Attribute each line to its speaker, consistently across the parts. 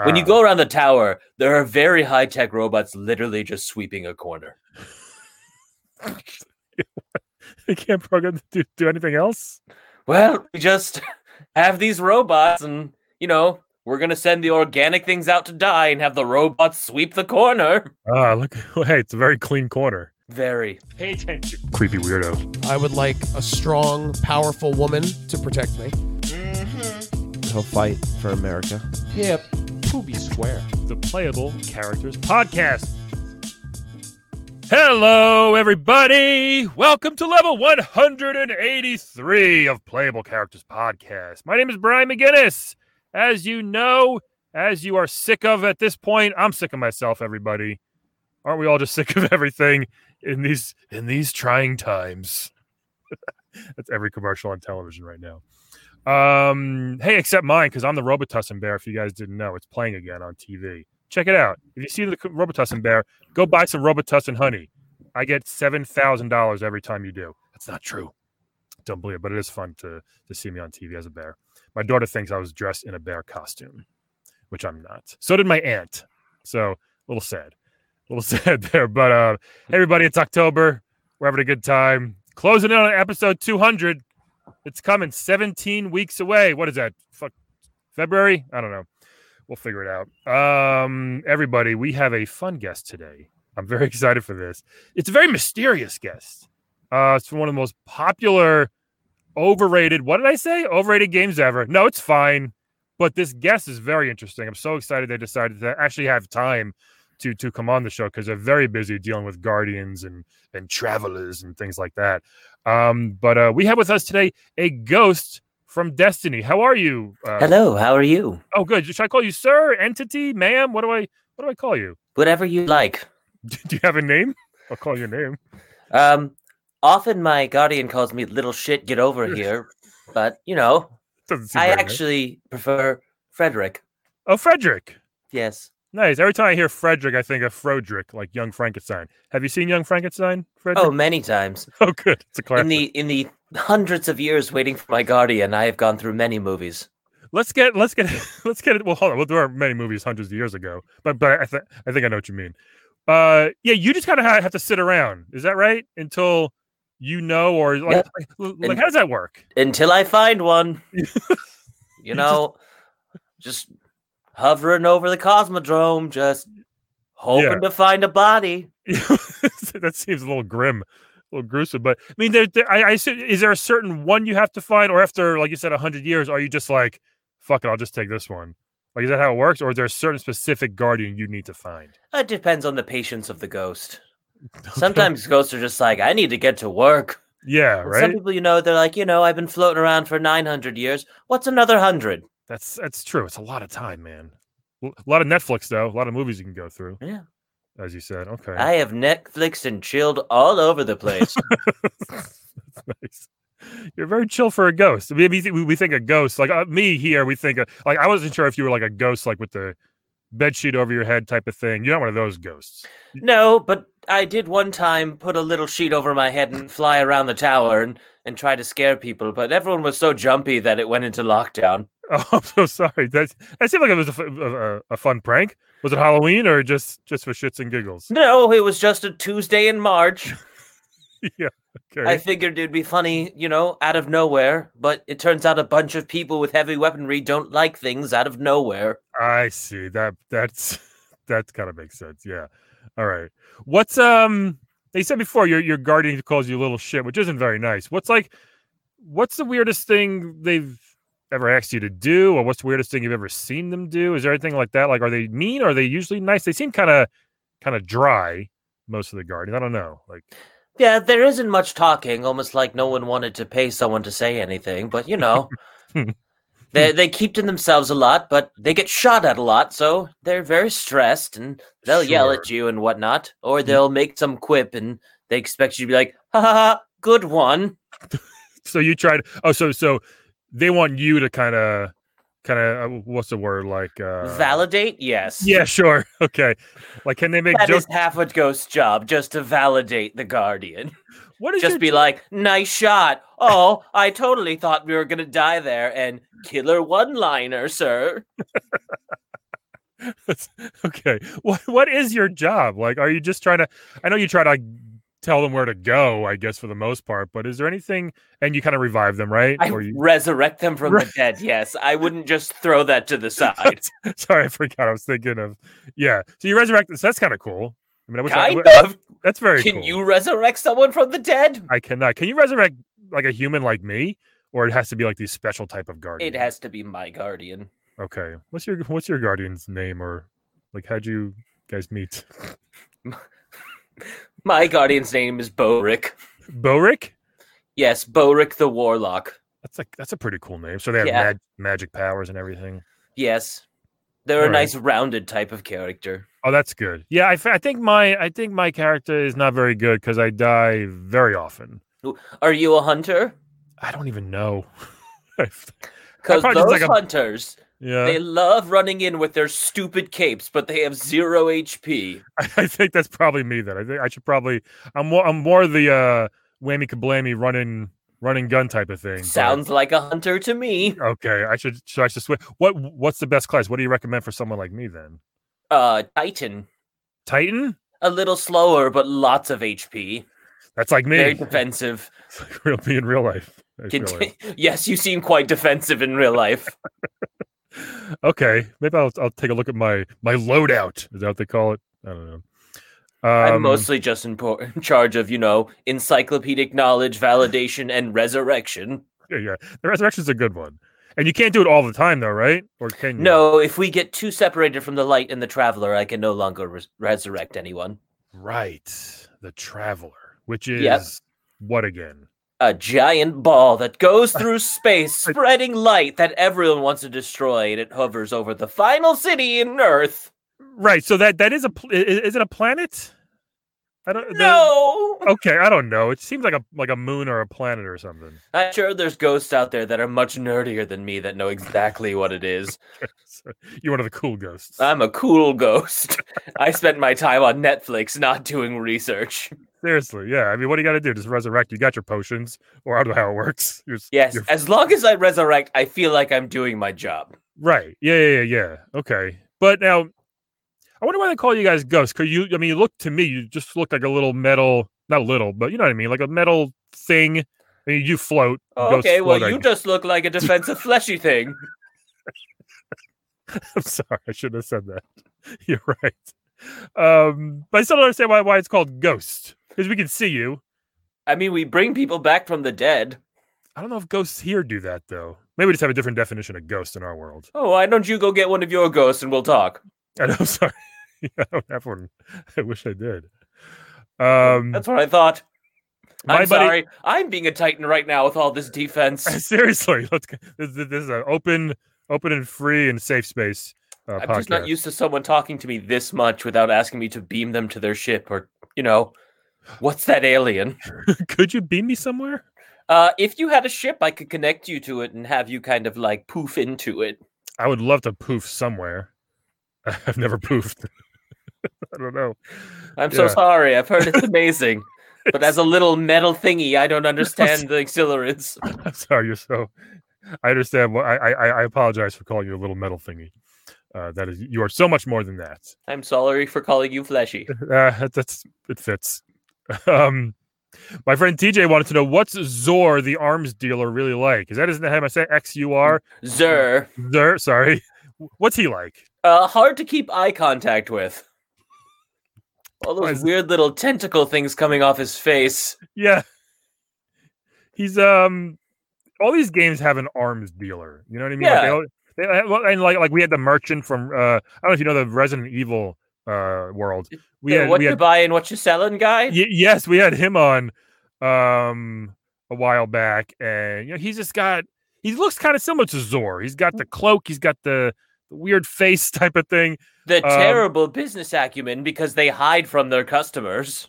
Speaker 1: When you go around the tower, there are very high tech robots literally just sweeping a corner.
Speaker 2: You can't program to do, do anything else.
Speaker 1: Well, we just have these robots, and you know, we're gonna send the organic things out to die and have the robots sweep the corner.
Speaker 2: Ah, look. Hey, it's a very clean corner.
Speaker 1: Very.
Speaker 2: Pay attention. Creepy weirdo.
Speaker 3: I would like a strong, powerful woman to protect me.
Speaker 4: He'll fight for America.
Speaker 3: Yep. Poopy square.
Speaker 2: The Playable Characters Podcast. Hello, everybody. Welcome to level 183 of Playable Characters Podcast. My name is Brian McGinnis. As you know, as you are sick of at this point, I'm sick of myself, everybody. Aren't we all just sick of everything in these in these trying times? That's every commercial on television right now. Um, hey, except mine, because I'm the Robitussin Bear. If you guys didn't know, it's playing again on TV. Check it out. If you see the Robitussin Bear, go buy some Robitussin honey. I get seven thousand dollars every time you do. That's not true. Don't believe it, but it is fun to to see me on TV as a bear. My daughter thinks I was dressed in a bear costume, which I'm not. So did my aunt. So a little sad, a little sad there. But uh, hey, everybody, it's October. We're having a good time. Closing in on episode 200. It's coming 17 weeks away. What is that? Fuck, February? I don't know. We'll figure it out. Um, everybody, we have a fun guest today. I'm very excited for this. It's a very mysterious guest. Uh, it's from one of the most popular, overrated. What did I say? Overrated games ever. No, it's fine. But this guest is very interesting. I'm so excited they decided to actually have time to to come on the show because they're very busy dealing with guardians and and travelers and things like that. Um, but uh, we have with us today a ghost from Destiny. How are you? Uh,
Speaker 1: Hello, how are you?
Speaker 2: Oh, good. Should I call you sir, entity, ma'am? What do I what do I call you?
Speaker 1: Whatever you like.
Speaker 2: Do you have a name? I'll call your name.
Speaker 1: Um, often my guardian calls me little shit, get over here, but you know,
Speaker 2: Doesn't seem
Speaker 1: I
Speaker 2: very nice.
Speaker 1: actually prefer Frederick.
Speaker 2: oh Frederick.
Speaker 1: Yes.
Speaker 2: Nice. Every time I hear Frederick, I think of Frodrick, like Young Frankenstein. Have you seen Young Frankenstein, Frederick?
Speaker 1: Oh, many times.
Speaker 2: Oh, good. It's a classic.
Speaker 1: In the in the hundreds of years waiting for my guardian, I have gone through many movies.
Speaker 2: let's get let's get let's get it. Well, hold on. Well, there are many movies hundreds of years ago, but but I think I think I know what you mean. Uh, yeah, you just kind of have to sit around. Is that right? Until you know, or like, like, like,
Speaker 1: And-
Speaker 2: how does that work?
Speaker 1: Until I find one. you know, just, hovering over the cosmodrome, just hoping to find a body.
Speaker 2: that seems a little grim, a little gruesome. But I mean, there, there, I, I assume- is there a certain one you have to find, or after like you said, hundred years, are you just like, fuck it, I'll just take this one? Like, is that how it works, or is there a certain specific guardian you need to find?
Speaker 1: It depends on the patience of the ghost. Sometimes ghosts are just like, I need to get to work.
Speaker 2: yeah,
Speaker 1: And
Speaker 2: right.
Speaker 1: Some people, you know, they're like, you know, I've been floating around for 900 years. What's another 100?
Speaker 2: That's that's true. It's a lot of time, man. L- A lot of Netflix though. A lot of movies you can go through.
Speaker 1: Yeah.
Speaker 2: As you said. Okay.
Speaker 1: I have Netflix and chilled all over the place.
Speaker 2: That's nice. You're very chill for a ghost. I mean, we, thi- we, we think a ghost like uh, me here. We think uh, like I wasn't sure if you were like a ghost, like with the bed sheet over your head type of thing. You're not one of those ghosts.
Speaker 1: no, but I did one time put a little sheet over my head and fly around the tower and, and try to scare people, but everyone was so jumpy that it went into lockdown.
Speaker 2: Oh, I'm so sorry. That that seemed like it was a, fu- a, a- a fun prank. Was it Halloween or just just for shits and giggles?
Speaker 1: No, it was just a Tuesday in March.
Speaker 2: yeah. Okay.
Speaker 1: I figured it'd be funny, you know, out of nowhere, but it turns out a bunch of people with heavy weaponry don't like things out of nowhere.
Speaker 2: I see. That that's that kind of makes sense. Yeah. All right. What's um they said before your your guardian calls you little shit, which isn't very nice. What's like what's the weirdest thing they've ever asked you to do or what's the weirdest thing you've ever seen them do? Is there anything like that? Like are they mean? are they usually nice? They seem kind of kind of dry most of the guardians. I don't know. Like
Speaker 1: Yeah, there isn't much talking, almost like no one wanted to pay someone to say anything, but you know. they they keep to themselves a lot, but they get shot at a lot, so they're very stressed and they'll yell at you and whatnot. Or they'll make some quip and they expect you to be like, ha ha ha, good one.
Speaker 2: so you tried oh so so they want you to kind of kind of uh, what's the word like uh
Speaker 1: Validate? Yes.
Speaker 2: Yeah, sure. Okay. Like, can they make
Speaker 1: That
Speaker 2: jokes?
Speaker 1: is half a ghost's job, just to validate the guardian.
Speaker 2: What is
Speaker 1: Just
Speaker 2: your
Speaker 1: be like, nice shot. Oh, I totally thought we were gonna die there. And killer one-liner, sir.
Speaker 2: That's- okay. What what is your job? Like, are you just trying to? I know you try to like, tell them where to go. I guess for the most part, but is there anything? And you kind of revive them, right?
Speaker 1: I
Speaker 2: Or you,
Speaker 1: resurrect them from
Speaker 2: Re-
Speaker 1: the dead. Yes, I wouldn't just throw that to the side.
Speaker 2: sorry, I forgot. I was thinking of yeah. So you resurrect this. That's kind of cool. I mean, I wish I,
Speaker 1: kind
Speaker 2: w-
Speaker 1: of.
Speaker 2: that's very.
Speaker 1: Can
Speaker 2: cool.
Speaker 1: you resurrect someone from the dead?
Speaker 2: I cannot. Can you resurrect like a human like me, or it has to be like these special type of guardian?
Speaker 1: It has to be my guardian.
Speaker 2: Okay. What's your What's your guardian's name, or like how'd you guys meet?
Speaker 1: My guardian's name is Boric.
Speaker 2: Boric.
Speaker 1: Yes, Boric the Warlock.
Speaker 2: That's like that's a pretty cool name. So they have
Speaker 1: Yeah.
Speaker 2: mag- magic powers and everything.
Speaker 1: Yes, they're a
Speaker 2: Alright.
Speaker 1: nice rounded type of character.
Speaker 2: Oh, that's good. Yeah, I, f- I think my I think my character is not very good because I die very often.
Speaker 1: Are you a hunter?
Speaker 2: I don't even know.
Speaker 1: Because
Speaker 2: probably just
Speaker 1: those
Speaker 2: like a-
Speaker 1: hunters,
Speaker 2: yeah,
Speaker 1: they love running in with their stupid capes, but they have zero HP.
Speaker 2: I, I think that's probably me. Then I think I should probably I'm more I'm more the uh, whammy kablammy running running gun type of thing. but-
Speaker 1: Sounds like a hunter to me.
Speaker 2: okay. I should should I should switch? What what's the best class? What do you recommend for someone like me then?
Speaker 1: Uh, Titan.
Speaker 2: Titan?
Speaker 1: A little slower, but lots of HP.
Speaker 2: That's like
Speaker 1: Very
Speaker 2: me.
Speaker 1: defensive.
Speaker 2: It's like real me in real life. I feel like.
Speaker 1: Conti- yes, you seem quite defensive in real life.
Speaker 2: okay, maybe I'll I'll take a look at my my loadout. Is that what they call it? I don't know. Um,
Speaker 1: I'm mostly just in, por- in charge of, you know, encyclopedic knowledge, validation, and resurrection.
Speaker 2: yeah, yeah. The resurrection's a good one, and you can't do it all the time though, right? Or can you?
Speaker 1: No, if we get too separated from the light and the traveler, I can no longer res- resurrect anyone.
Speaker 2: Right, the traveler, which is
Speaker 1: Yep.
Speaker 2: what again?
Speaker 1: A giant ball that goes through space, spreading light that everyone wants to destroy, and it hovers over the final city in Earth.
Speaker 2: Right. So that that is a pl- i- i- is it a planet? I don't. the-
Speaker 1: No!
Speaker 2: okay, I don't know. It seems like a like a moon or a planet or something.
Speaker 1: I'm sure there's ghosts out there that are much nerdier than me that know exactly what it is.
Speaker 2: So you're one of the cool ghosts.
Speaker 1: I'm a cool ghost. I spent my time on Netflix not doing research.
Speaker 2: Seriously, yeah. I mean, what do you got to do? Just resurrect. You got your potions, or I don't know how it works. You're, s-
Speaker 1: Yes,
Speaker 2: you're
Speaker 1: as long as I resurrect, I feel like I'm doing my job.
Speaker 2: Right. Yeah, yeah, yeah, yeah. Okay. But now I wonder why they call you guys ghosts. Cause you I mean you look to me, you just look like a little metal not little, but you know what I mean, like a metal thing. I mean, you float.
Speaker 1: Oh,
Speaker 2: ghosts
Speaker 1: okay, well,
Speaker 2: float, I
Speaker 1: you
Speaker 2: guess.
Speaker 1: just look like a defensive fleshy thing.
Speaker 2: I'm sorry, I shouldn't have said that. You're right. Um, but I still don't understand why why it's called ghost. Because we can see you.
Speaker 1: I mean, we bring people back from the dead.
Speaker 2: I don't know if ghosts here do that though. Maybe we just have a different definition of ghost in our world.
Speaker 1: Oh, why don't you go get one of your ghosts and we'll talk?
Speaker 2: I know, I'm sorry. I don't have one. I wish I did. Um
Speaker 1: That's what I thought.
Speaker 2: my
Speaker 1: I'm
Speaker 2: buddy-
Speaker 1: sorry. I'm being a Titan right now with all this defense.
Speaker 2: Seriously, let's. go- This, this this is an open, open and free and safe space uh,
Speaker 1: I'm
Speaker 2: podcast.
Speaker 1: just not used to someone talking to me this much without asking me to beam them to their ship or, you know, what's that alien?
Speaker 2: Could you beam me somewhere?
Speaker 1: Uh, if you had a ship, I could connect you to it and have you kind of like poof into it.
Speaker 2: I would love to poof somewhere. I've never poofed. I don't know.
Speaker 1: I'm so
Speaker 2: Yeah.
Speaker 1: sorry. I've heard it's amazing. but as a little metal thingy, I don't understand the exhilarants.
Speaker 2: I'm sorry. You're so. I understand. What I I, I- I apologize for calling you a little metal thingy. Uh, that is, you are so much more than that.
Speaker 1: I'm sorry for calling you fleshy.
Speaker 2: Uh, that- that's it fits. Um, my friend TJ wanted to know what's Zor the arms dealer really like. Is that isn't that how I say X U R?
Speaker 1: Zer.
Speaker 2: Zer, sorry. What's he like?
Speaker 1: Uh, hard to keep eye contact with. All
Speaker 2: Why
Speaker 1: those
Speaker 2: is-
Speaker 1: weird little tentacle things coming off his face.
Speaker 2: Yeah. He's um all these games have an arms dealer. You know what I mean? Like, they
Speaker 1: Yeah.
Speaker 2: all- they- uh, well, and like like we had the merchant from uh I don't know if you know the Resident Evil uh world. We
Speaker 1: Yeah,
Speaker 2: had,
Speaker 1: what
Speaker 2: we
Speaker 1: you
Speaker 2: had
Speaker 1: buying, what you selling, guy?
Speaker 2: y- yes, we had him on um a while back and you know he's just got he looks kind of similar to Zor. He's got
Speaker 1: Mm.
Speaker 2: the cloak, he's got the, the weird face type of thing.
Speaker 1: the
Speaker 2: um,
Speaker 1: terrible business acumen because they hide from their customers.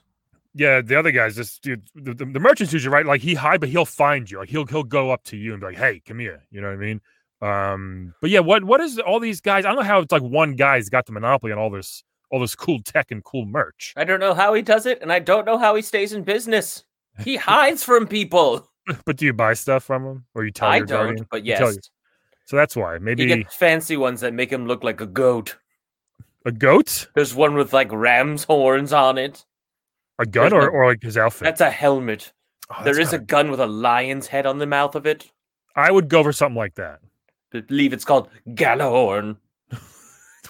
Speaker 2: Yeah, the other guys just dude, the, the, the merchants usually right. Like he hide, but he'll find you. Like he'll he'll go up to you and be like, "Hey, come here." You know what I mean? Um, but yeah, what what is all these guys? I don't know how it's like one guy's got the monopoly on all this all this cool tech and cool merch.
Speaker 1: I don't know how he does it, and I don't know how he stays in business. He hides from people.
Speaker 2: But do you buy stuff from them or you tell
Speaker 1: Uh, I
Speaker 2: your
Speaker 1: don't,
Speaker 2: guardian?
Speaker 1: but
Speaker 2: You tell
Speaker 1: yes.
Speaker 2: your- so that's why maybe
Speaker 1: You get fancy ones that make him look like a goat.
Speaker 2: a goat,
Speaker 1: There's one with like ram's horns on it.
Speaker 2: a gun,
Speaker 1: There's
Speaker 2: or, or like his outfit.
Speaker 1: That's a helmet.
Speaker 2: Oh,
Speaker 1: there
Speaker 2: that's
Speaker 1: is a
Speaker 2: kinda-
Speaker 1: gun with a lion's head on the mouth of it.
Speaker 2: I would go for something like that.
Speaker 1: I believe it's called
Speaker 2: Oh,
Speaker 1: Galahorn.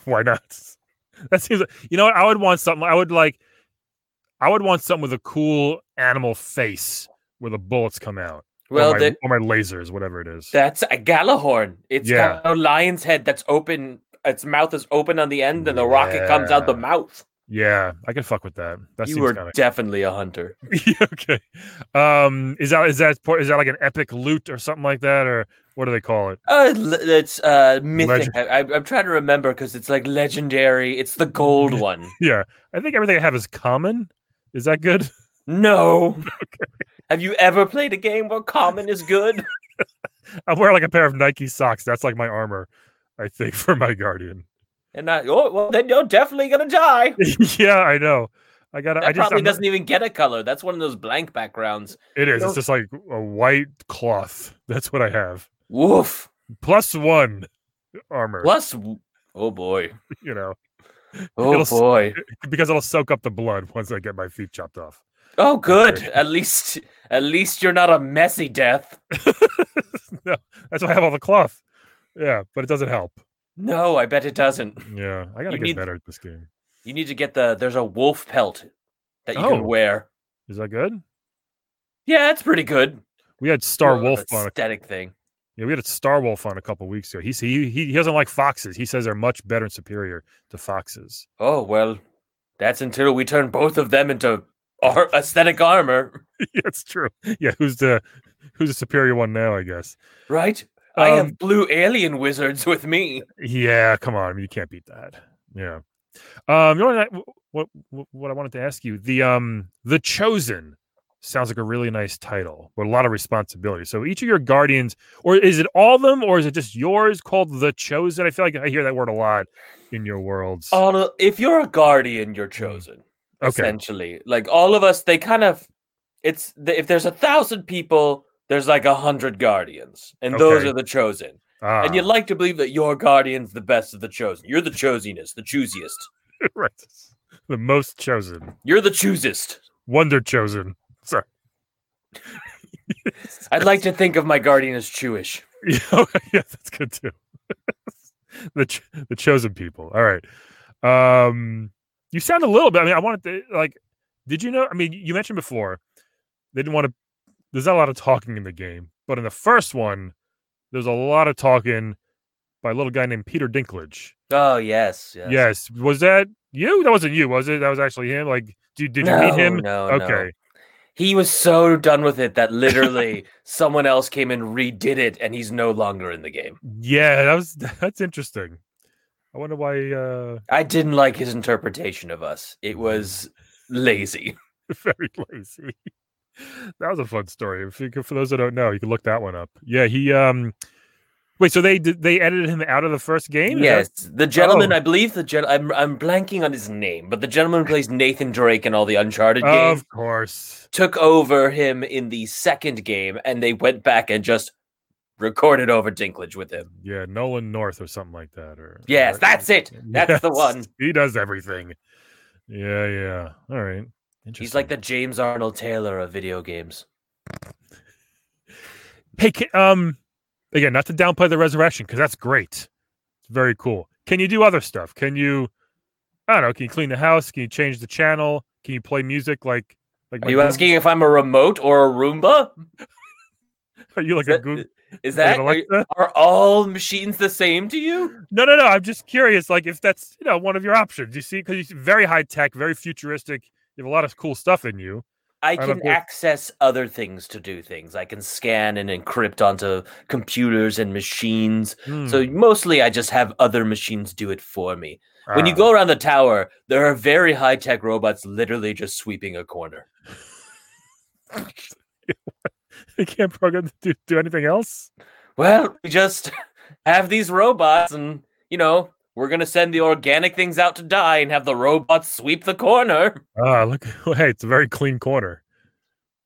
Speaker 2: Why not? That seems. Like, you know what? I would want something. I would like. I would want something with a cool animal face where the bullets come out.
Speaker 1: Well,
Speaker 2: or my,
Speaker 1: the-
Speaker 2: or my lasers, whatever it is.
Speaker 1: that's a Galahorn. It's
Speaker 2: Yeah.
Speaker 1: got a lion's head that's open. Its mouth is open on the end, and the rocket comes out the
Speaker 2: Yeah.
Speaker 1: mouth.
Speaker 2: yeah, I could fuck with that. That
Speaker 1: you
Speaker 2: seems
Speaker 1: were
Speaker 2: kind of
Speaker 1: definitely a hunter.
Speaker 2: okay. Um, is that is that por- is that like an epic loot or something like that, or what do they call it?
Speaker 1: Uh, l- it's uh, mythic.
Speaker 2: Legend-
Speaker 1: I, I, I'm trying to remember because it's like legendary. It's the gold one.
Speaker 2: Yeah, I think everything I have is common. Is that good?
Speaker 1: No. Have you ever played a game where common is good?
Speaker 2: I wear like a pair of Nike socks. That's like my armor, I think, for my guardian.
Speaker 1: And I, oh, well, then you're definitely gonna die.
Speaker 2: yeah, I know. I got.
Speaker 1: That
Speaker 2: to I just.
Speaker 1: probably
Speaker 2: I'm not-
Speaker 1: doesn't even get a color. That's one of those blank backgrounds.
Speaker 2: it is.
Speaker 1: don't-
Speaker 2: It's just like a white cloth. That's what I have.
Speaker 1: Woof.
Speaker 2: Plus one armor.
Speaker 1: Plus, w- oh boy,
Speaker 2: You know,
Speaker 1: oh
Speaker 2: It'll s-
Speaker 1: boy,
Speaker 2: because it'll soak up the blood once I get my feet chopped off.
Speaker 1: oh good. At least, at least you're not a messy death.
Speaker 2: no, that's why I have all the cloth. Yeah, but it doesn't help.
Speaker 1: No, I bet it doesn't.
Speaker 2: Yeah, I
Speaker 1: You
Speaker 2: gotta get
Speaker 1: need-
Speaker 2: better at this game.
Speaker 1: You need to get the. There's a wolf pelt that you
Speaker 2: Oh.
Speaker 1: can wear.
Speaker 2: Is that good?
Speaker 1: Yeah, it's pretty good.
Speaker 2: We had Star
Speaker 1: More of an
Speaker 2: Wolf on. A,
Speaker 1: aesthetic thing.
Speaker 2: yeah, we had Star Wolf on a couple weeks ago. He, s- he he he doesn't like foxes. He says they're much better and superior to foxes.
Speaker 1: Oh well, that's until we turn both of them into ar- aesthetic armor,
Speaker 2: yeah, it's true. Yeah, who's the who's the superior one now? I guess.
Speaker 1: right? I
Speaker 2: Um,
Speaker 1: have blue alien wizards with me.
Speaker 2: Yeah, come on, you can't beat that. Yeah. Um, you know what, I- what what what I wanted to ask you the um the chosen sounds like a really nice title, but a lot of responsibility. So each of your guardians, or is it all them, or is it just yours called the chosen? I feel like I hear that word a lot in your worlds.
Speaker 1: All of- if you're a guardian, you're chosen.
Speaker 2: Mm-hmm. okay,
Speaker 1: Essentially, like all of us, they kind of. It's the, if there's a thousand people, there's like a hundred guardians, and those
Speaker 2: Okay.
Speaker 1: are the chosen.
Speaker 2: ah,
Speaker 1: And you'd like to believe that your guardian's the best of the chosen. You're the chosinest, the choosiest.
Speaker 2: right, the most chosen,
Speaker 1: You're the choosest.
Speaker 2: wonder chosen. Sorry.
Speaker 1: I'd like to think of my guardian as Jewish.
Speaker 2: Yeah, okay, yeah, that's good too. the ch- the chosen people. All right. Um, you sound a little bit. I mean, I wanted to like. Did you know? I mean, you mentioned before they didn't want to. There's not a lot of talking in the game, but in the first one, there's a lot of talking by a little guy named Peter Dinklage.
Speaker 1: Oh yes, yes.
Speaker 2: Yes. Was that you? That wasn't you, was it? That was actually him. Like, did did you meet him?
Speaker 1: No, no.
Speaker 2: okay.
Speaker 1: He was so done with it that literally someone else came and redid it, and he's no longer in the game.
Speaker 2: Yeah, that was that's interesting. I wonder why. uh
Speaker 1: I didn't like his interpretation of us. It was lazy.
Speaker 2: very lazy. that was a fun story. If you could, for those that don't know, you can look that one up. Yeah, he um wait, so they did they edited him out of the first game? Is that-
Speaker 1: Yes, the gentleman.
Speaker 2: Oh.
Speaker 1: I believe the gen. I'm I'm blanking on his name, but the gentleman who plays Nathan Drake in all the Uncharted games.
Speaker 2: of course.
Speaker 1: Took over him in the second game, and they went back and just recorded over Dinklage with him.
Speaker 2: Yeah, Nolan North or something like that. Or
Speaker 1: Yes,
Speaker 2: or-
Speaker 1: that's it. That's the
Speaker 2: Yes,
Speaker 1: one.
Speaker 2: He does everything. Yeah, yeah. All right. Interesting.
Speaker 1: He's like the James Arnold Taylor of video games.
Speaker 2: Hey, can, um, again, not to downplay the resurrection because that's great. It's very cool. Can you do other stuff? Can you, I don't know, can you clean the house? Can you change the channel? Can you play music like, like?
Speaker 1: Are
Speaker 2: my
Speaker 1: you
Speaker 2: Goog-
Speaker 1: asking if I'm a remote or a Roomba?
Speaker 2: Are you like
Speaker 1: Is
Speaker 2: a
Speaker 1: that-
Speaker 2: Google?
Speaker 1: Is that are, are all machines the same to you?
Speaker 2: No, no, no. I'm just curious, like if that's you know one of your options. You see, because you see very high tech, very futuristic. You have a lot of cool stuff in you.
Speaker 1: I
Speaker 2: don't
Speaker 1: can
Speaker 2: think-
Speaker 1: access other things to do things. I can scan and encrypt onto computers and machines. So mostly I just have other machines do it for me.
Speaker 2: Hmm,
Speaker 1: When you
Speaker 2: ah.
Speaker 1: go around the tower, there are very high-tech robots literally just sweeping a corner.
Speaker 2: you can't program to do, do anything else.
Speaker 1: Well, we just have these robots and, you know, we're going to send the organic things out to die and have the robots sweep the corner.
Speaker 2: Ah, look. Hey, it's a very clean corner,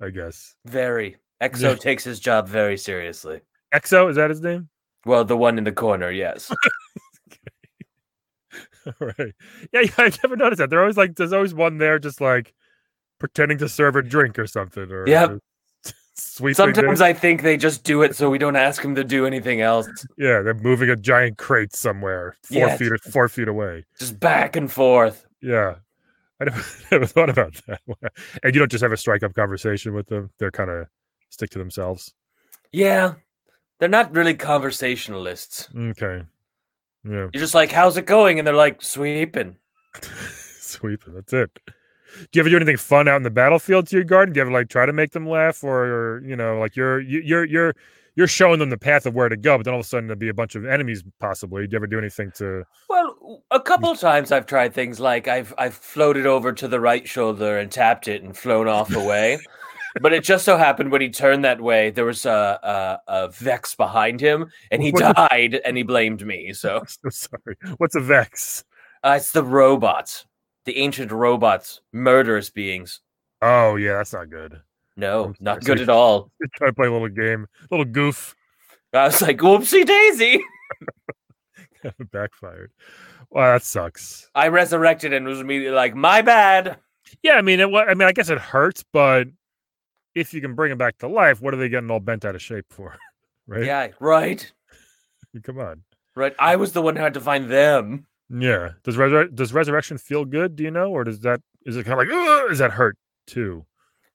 Speaker 2: I guess.
Speaker 1: Very. Exo takes his job very seriously.
Speaker 2: Exo is that his name?
Speaker 1: Well, the one in the corner, yes.
Speaker 2: right. Yeah, yeah, I've never noticed that. They're always like, there's always one there just like pretending to serve a drink or something. Or
Speaker 1: Yep.
Speaker 2: or Sweeping
Speaker 1: Sometimes
Speaker 2: the-
Speaker 1: I think they just do it so we don't ask them to do anything else.
Speaker 2: yeah, they're moving a giant crate somewhere, four
Speaker 1: Yeah,
Speaker 2: feet four feet away.
Speaker 1: Just back and forth.
Speaker 2: Yeah, I never, never thought about that. and you don't just have a strike up conversation with them; they're kind of stick to themselves.
Speaker 1: Yeah. They're not really conversationalists.
Speaker 2: Okay, yeah,
Speaker 1: You're just like, how's it going? And they're like, sweeping.
Speaker 2: sweep. it, That's it. Do you ever do anything fun out in the battlefield to your garden? Do you ever like try to make them laugh, or, or you know, like you're you- you're you're you're showing them the path of where to go, but then all of a sudden there'll be a bunch of enemies. Possibly, do you ever do anything to?
Speaker 1: Well, w- a couple times I've tried things like I've I've floated over to the right shoulder and tapped it and flown off away. but it just so happened when he turned that way, there was a a, a vex behind him, and he
Speaker 2: What
Speaker 1: died, and he blamed me. So
Speaker 2: I'm so sorry. What's a vex?
Speaker 1: uh, it's the robots, the ancient robots, murderous beings.
Speaker 2: Oh yeah, that's not good.
Speaker 1: No,
Speaker 2: I'm
Speaker 1: not
Speaker 2: sorry.
Speaker 1: good at all.
Speaker 2: Try to play a little game, little goof.
Speaker 1: I was like, whoopsie daisy.
Speaker 2: backfired. Wow, that sucks.
Speaker 1: I resurrected and was immediately like, my bad.
Speaker 2: Yeah, I mean, it, wa- I mean, I guess it hurts, but if you can bring them back to life, what are they getting all bent out of shape for? Right?
Speaker 1: Yeah, right,
Speaker 2: Come on.
Speaker 1: right. I was the one who had to find them.
Speaker 2: Yeah. Does resur- does resurrection feel good? Do you know, or does that is it kind of like "Ugh," does that hurt too?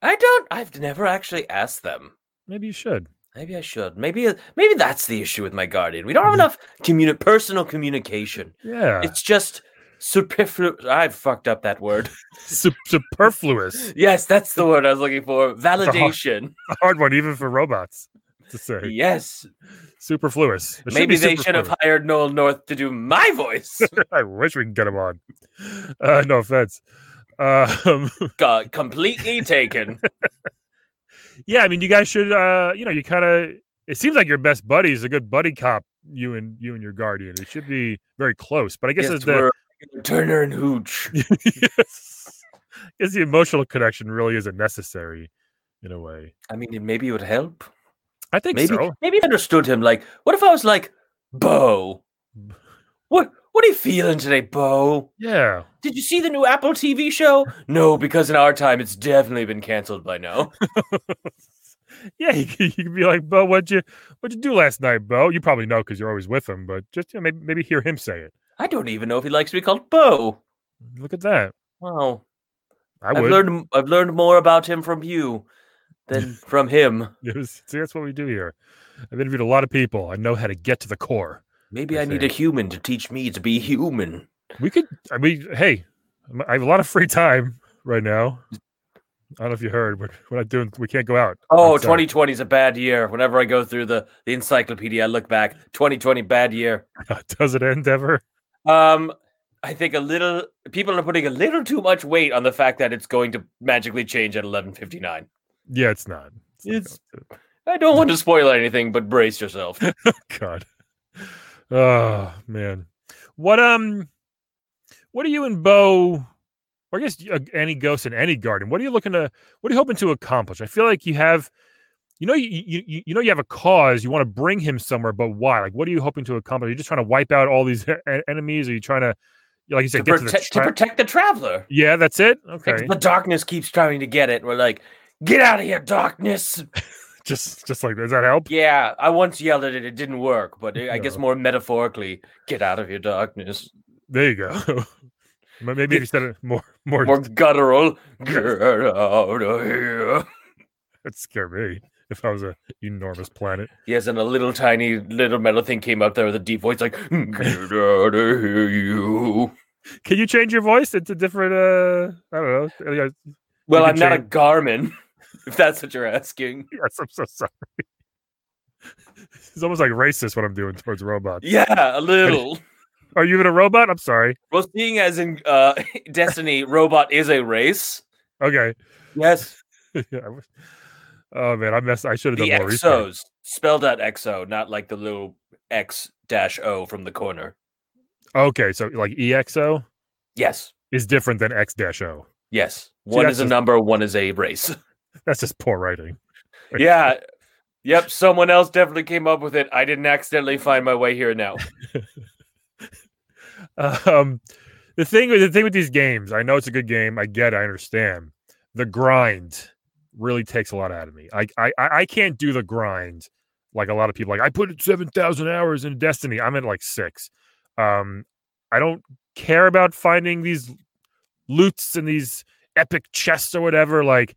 Speaker 1: I don't. I've never actually asked them.
Speaker 2: Maybe you should.
Speaker 1: Maybe I should. Maybe maybe that's the issue with my guardian. We don't have enough communi- personal communication.
Speaker 2: Mm-hmm. Yeah.
Speaker 1: It's just superfluous. I fucked up that word.
Speaker 2: Sup- superfluous.
Speaker 1: yes, that's the word I was looking for. Validation.
Speaker 2: A hard one, even for robots to say.
Speaker 1: Yes.
Speaker 2: Superfluous. There should
Speaker 1: Maybe
Speaker 2: be
Speaker 1: they should
Speaker 2: superfluous.
Speaker 1: have hired Noel North to do my voice.
Speaker 2: I wish we could get him on. Uh, no offense. Um,
Speaker 1: Got completely taken.
Speaker 2: Yeah, I mean, you guys should. uh You know, you kind of. It seems like your best buddy is a good buddy cop. You and you and your guardian. It should be very close. But I guess
Speaker 1: Yes,
Speaker 2: it's the
Speaker 1: we're Turner and Hooch.
Speaker 2: yes, guess the emotional connection really isn't necessary, in a way.
Speaker 1: I mean, maybe it would help.
Speaker 2: I think
Speaker 1: Maybe
Speaker 2: so.
Speaker 1: maybe I understood him. Like, what if I was like, Bo? What what are you feeling today, Bo?
Speaker 2: Yeah.
Speaker 1: Did you see the new Apple TV show? No, because in our time, it's definitely been canceled by now.
Speaker 2: Yeah, you could, you could be like, Bo, what'd you what'd you do last night, Bo? You probably know because you're always with him, but just you know, maybe maybe hear him say it.
Speaker 1: I don't even know if he likes to be called Bo.
Speaker 2: Look at that.
Speaker 1: Wow,
Speaker 2: I
Speaker 1: I've
Speaker 2: would.
Speaker 1: learned m- I've learned more about him from you than from him.
Speaker 2: It was- see, that's what we do here. I've interviewed a lot of people. I know how to get to the core.
Speaker 1: Maybe
Speaker 2: I
Speaker 1: I need a human to teach me to be human.
Speaker 2: We could. I mean, hey, I'm- I have a lot of free time right now. I don't know if you heard. We're, we're not doing. We can't go out.
Speaker 1: Oh,
Speaker 2: outside.
Speaker 1: 2020 is a bad year. Whenever I go through the, the encyclopedia, I look back. 2020 bad year.
Speaker 2: Does it end ever?
Speaker 1: Um, I think a little people are putting a little too much weight on the fact that it's going to magically change at 11:59.
Speaker 2: Yeah, it's not.
Speaker 1: It's-
Speaker 2: not going
Speaker 1: I don't want to spoil anything, but brace yourself.
Speaker 2: to. God. Oh man. What um. What are you and Bo? Or I guess uh, any ghost in any garden. What are you looking to? What are you hoping to accomplish? I feel like you have. You know, you, you you- you know you have a cause. You want to bring him somewhere, but why? Like, what are you hoping to accomplish? Are you just trying to wipe out all these e- e- enemies? Are you trying to, like you said,
Speaker 1: to,
Speaker 2: get to the
Speaker 1: protect, to
Speaker 2: tra-
Speaker 1: protect the traveler.
Speaker 2: Yeah, that's it.
Speaker 1: Because
Speaker 2: Okay,
Speaker 1: The darkness keeps trying to get it. We're like, get out of here, darkness.
Speaker 2: just just like does that help?
Speaker 1: Yeah, I once yelled at it. It didn't work, but I guess
Speaker 2: No.
Speaker 1: more metaphorically, get out of here, darkness.
Speaker 2: There you go. Ma- Maybe if you said it more more,
Speaker 1: More guttural. Get out of here.
Speaker 2: it'd scare me if I was a enormous planet.
Speaker 1: Yes, and a little tiny little metal thing came out there with a deep voice, like, "Hmm, get out of here, you.
Speaker 2: Can you change your voice into different? uh I don't know. Uh, yeah,
Speaker 1: Well,
Speaker 2: can
Speaker 1: I'm not a
Speaker 2: change- Garmin,
Speaker 1: Garmin, if that's what you're asking.
Speaker 2: Yes, I'm so sorry. It's almost like racist what I'm doing towards robots.
Speaker 1: Yeah, a little.
Speaker 2: Are you even a robot? I'm sorry.
Speaker 1: well, seeing as in uh, Destiny, robot is a race.
Speaker 2: Okay.
Speaker 1: Yes.
Speaker 2: Yeah, I was- oh man, I messed. I should have
Speaker 1: the
Speaker 2: done more research.
Speaker 1: exos spelled out exo not like the little x dash o from the corner
Speaker 2: Okay, so like EXO
Speaker 1: yes
Speaker 2: is different than X dash O.
Speaker 1: yes one
Speaker 2: that's
Speaker 1: is a
Speaker 2: just-
Speaker 1: number one is a race
Speaker 2: That's just poor writing.
Speaker 1: yeah yep someone else definitely came up with it i didn't accidentally find my way here now
Speaker 2: Um, the thing with the thing with these games, I know it's a good game. I get, it, I understand. The grind really takes a lot out of me. I I I I can't do the grind like a lot of people. Like I put in seven thousand hours in Destiny. I'm at like six. Um, I don't care about finding these loots and these epic chests or whatever. Like,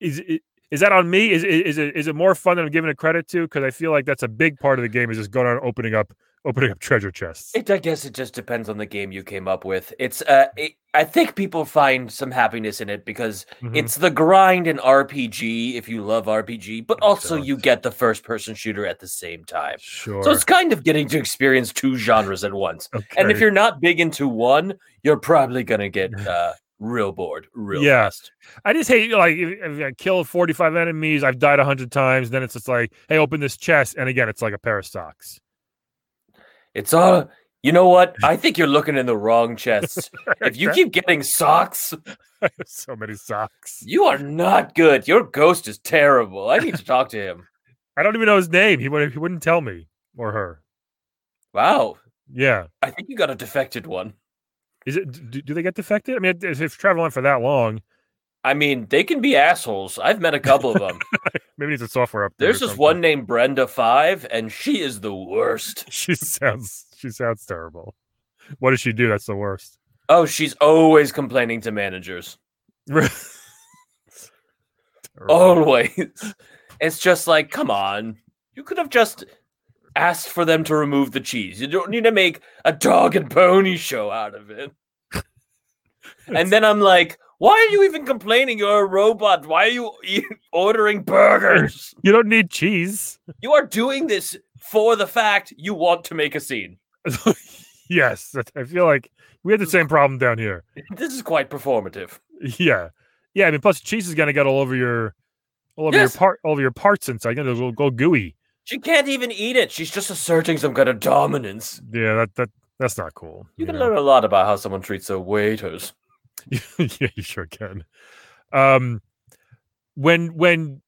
Speaker 2: is it? Is that on me? Is is it is it more fun than I'm giving it credit to? Because I feel like that's a big part of the game is just going out and opening up opening up treasure chests.
Speaker 1: It, I guess it just depends on the game you came up with. It's uh, it, I think people find some happiness in it because
Speaker 2: Mhm.
Speaker 1: it's the grind in RPG if you love RPG, but
Speaker 2: Oh,
Speaker 1: also
Speaker 2: God.
Speaker 1: you get the first person shooter at the same time.
Speaker 2: sure.
Speaker 1: So it's kind of getting to experience two genres at once. And if
Speaker 2: Okay.
Speaker 1: you're not big into one, you're probably gonna get uh, real bored real
Speaker 2: Yeah.
Speaker 1: fast.
Speaker 2: I just hate like if, if I killed 45 enemies, I've died 100 times, then it's just like, hey, open this chest and again it's like a pair of socks.
Speaker 1: It's all you know what? I think you're looking in the wrong chests. if you keep getting socks,
Speaker 2: so many socks.
Speaker 1: you are not good. Your ghost is terrible. I need to talk to him.
Speaker 2: I don't even know his name. He would he wouldn't tell me or her.
Speaker 1: Wow.
Speaker 2: Yeah.
Speaker 1: I think you got a defected one.
Speaker 2: Is it do, do they get defected? I mean, if if traveling for that long,
Speaker 1: I mean, they can be assholes. I've met a couple of them.
Speaker 2: maybe it's a software update. or
Speaker 1: There's this
Speaker 2: something.
Speaker 1: one named Brenda Five, and she is the worst.
Speaker 2: She sounds she sounds terrible. What does she do? That's the worst.
Speaker 1: Oh, she's always complaining to managers. Oh.
Speaker 2: Terrible.
Speaker 1: Always. It's just like, come on. You could have just asked for them to remove the cheese. You don't need to make a dog and pony show out of it. and then I'm like, why are you even complaining? You're a robot. Why are you e- ordering burgers?
Speaker 2: you don't need cheese.
Speaker 1: You are doing this for the fact you want to make a scene.
Speaker 2: yes, that- I feel like we had the same problem down here.
Speaker 1: This is quite performative.
Speaker 2: Yeah, yeah. I mean, plus cheese is gonna get all over your, all over
Speaker 1: Yes.
Speaker 2: your part, all over your parts inside. Gonna go, go gooey.
Speaker 1: She can't even eat it. She's just asserting some kind of dominance.
Speaker 2: Yeah, that that that's not cool.
Speaker 1: You can
Speaker 2: know?
Speaker 1: learn a lot about how someone treats their waiters.
Speaker 2: yeah, you sure can. Um, when when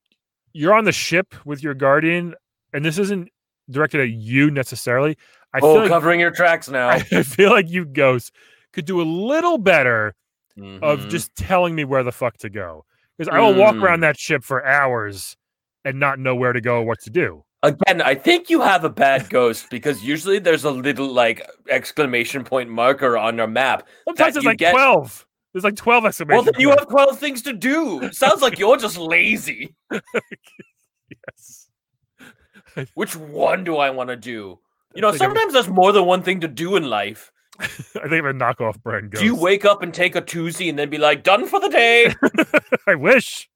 Speaker 2: you're on the ship with your guardian, and this isn't directed at you necessarily, I
Speaker 1: oh,
Speaker 2: feel like,
Speaker 1: covering your tracks now.
Speaker 2: I feel like you ghosts could do a little better of
Speaker 1: Mhm.
Speaker 2: just telling me where the fuck to go. Because I will walk
Speaker 1: Mm.
Speaker 2: around that ship for hours and not know where to go or what to do.
Speaker 1: Again, I think you have a bad ghost because usually there's a little like exclamation point marker on your map.
Speaker 2: Sometimes there's
Speaker 1: you
Speaker 2: like
Speaker 1: get-
Speaker 2: twelve. There's like twelve exclamation.
Speaker 1: Well, then you
Speaker 2: points.
Speaker 1: have 12 things to do. Sounds like you're just lazy.
Speaker 2: Yes.
Speaker 1: Which one do I want to do? You know,
Speaker 2: It's like a-
Speaker 1: sometimes there's more than one thing to do in life.
Speaker 2: I think I'm a knockoff brand. Ghost.
Speaker 1: Do you wake up and take a Tuesday and then be like, done for the day?
Speaker 2: I wish.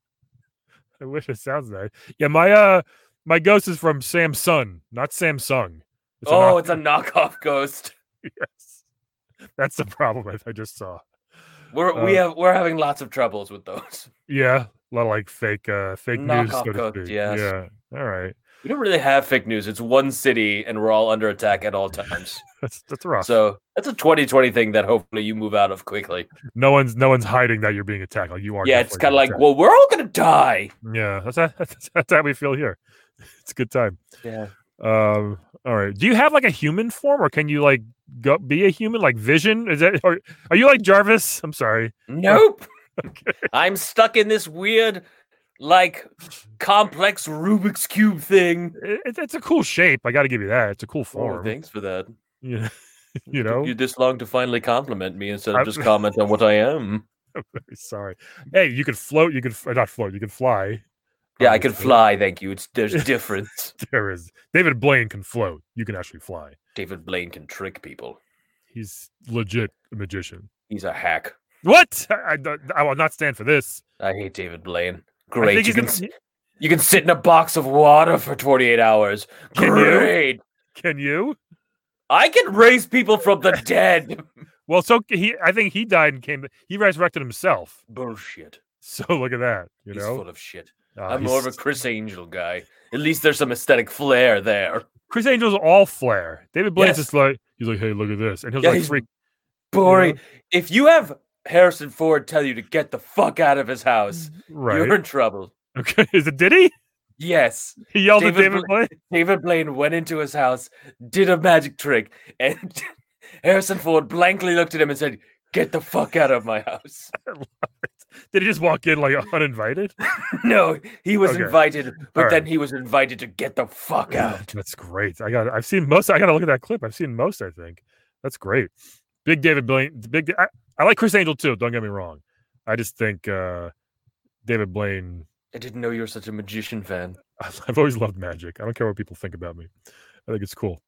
Speaker 2: I wish it sounds nice. Yeah, my uh, my ghost is from Samsung, not Samsung. It's a
Speaker 1: oh,
Speaker 2: knock-
Speaker 1: it's a knockoff ghost.
Speaker 2: yes. That's the problem I, I just saw.
Speaker 1: We're we
Speaker 2: Uh,
Speaker 1: have we're having lots of troubles with those.
Speaker 2: Yeah, a lot of like fake, uh, fake news. So
Speaker 1: Knockoff
Speaker 2: to
Speaker 1: ghost,
Speaker 2: speak.
Speaker 1: yes.
Speaker 2: Yeah. All right.
Speaker 1: We don't really have fake news. It's one city and we're all under attack at all times.
Speaker 2: That's that's rough.
Speaker 1: So that's a 2020 thing that hopefully you move out of quickly.
Speaker 2: no one's no one's hiding that you're being attacked. Like you are.
Speaker 1: yeah, it's kind of
Speaker 2: definitely
Speaker 1: like,
Speaker 2: being
Speaker 1: well, we're all gonna die.
Speaker 2: attacked. yeah. That's, how- that's that's how we feel here. It's a good time.
Speaker 1: Yeah.
Speaker 2: Um. All right. Do you have like a human form, or can you like go be a human? Like Vision? Is that are, are you like Jarvis? I'm sorry.
Speaker 1: Nope. I'm stuck in this weird, like, complex Rubik's cube thing.
Speaker 2: It, it- it's a cool shape. I got to give you that. It's a cool
Speaker 1: Oh,
Speaker 2: form.
Speaker 1: thanks for that.
Speaker 2: Yeah. you
Speaker 1: Took
Speaker 2: know.
Speaker 1: you this long to finally compliment me instead
Speaker 2: I'm-
Speaker 1: of just comment on what I am.
Speaker 2: sorry. Hey, you could float. You could f- not float. You could fly.
Speaker 1: Yeah, I can
Speaker 2: obviously.
Speaker 1: fly. Thank you. It's there's difference.
Speaker 2: There is David Blaine can float. You can actually fly.
Speaker 1: David Blaine can trick people.
Speaker 2: He's legit a magician.
Speaker 1: He's a hack.
Speaker 2: What? I, I, don't- I will not stand for this.
Speaker 1: I hate David Blaine.
Speaker 2: I
Speaker 1: Great.
Speaker 2: think
Speaker 1: You
Speaker 2: he's
Speaker 1: can,
Speaker 2: gonna-
Speaker 1: s- you can sit in a box of water for 48 hours.
Speaker 2: Can you?
Speaker 1: Great.
Speaker 2: Can you?
Speaker 1: I can raise people from the dead.
Speaker 2: Well, so c- he, I think he died and came. He resurrected himself.
Speaker 1: Bullshit.
Speaker 2: So look at that. You
Speaker 1: he's
Speaker 2: know,
Speaker 1: full of shit.
Speaker 2: Uh,
Speaker 1: I'm
Speaker 2: he's-
Speaker 1: more of a Chris Angel guy. At least there's some aesthetic flair there.
Speaker 2: Chris Angel's all flair. David Blaine's
Speaker 1: Yes.
Speaker 2: just like he's like, hey, look at this, and he'll
Speaker 1: Yeah,
Speaker 2: like
Speaker 1: he's-
Speaker 2: freak.
Speaker 1: Boring. If you have Harrison Ford tell you to get the fuck out of his house,
Speaker 2: Right?
Speaker 1: you're in trouble.
Speaker 2: Okay. Is it? Did he?
Speaker 1: Yes.
Speaker 2: He yelled at
Speaker 1: David
Speaker 2: David Blaine.
Speaker 1: David Blaine went into his house, did a magic trick, and Harrison Ford blankly looked at him and said, Get the fuck out of my house.
Speaker 2: Did he just walk in like uninvited?
Speaker 1: No, he was
Speaker 2: Okay.
Speaker 1: invited, but
Speaker 2: All
Speaker 1: then he was invited to get the fuck out.
Speaker 2: That's great. I got. I've seen most. I got to look at that clip. I've seen most. I think that's great. Big David Blaine. Big. I, I like Chris Angel too. Don't get me wrong. I just think uh David Blaine.
Speaker 1: I didn't know you were such a magician fan.
Speaker 2: I've always loved magic. I don't care what people think about me. I think it's cool.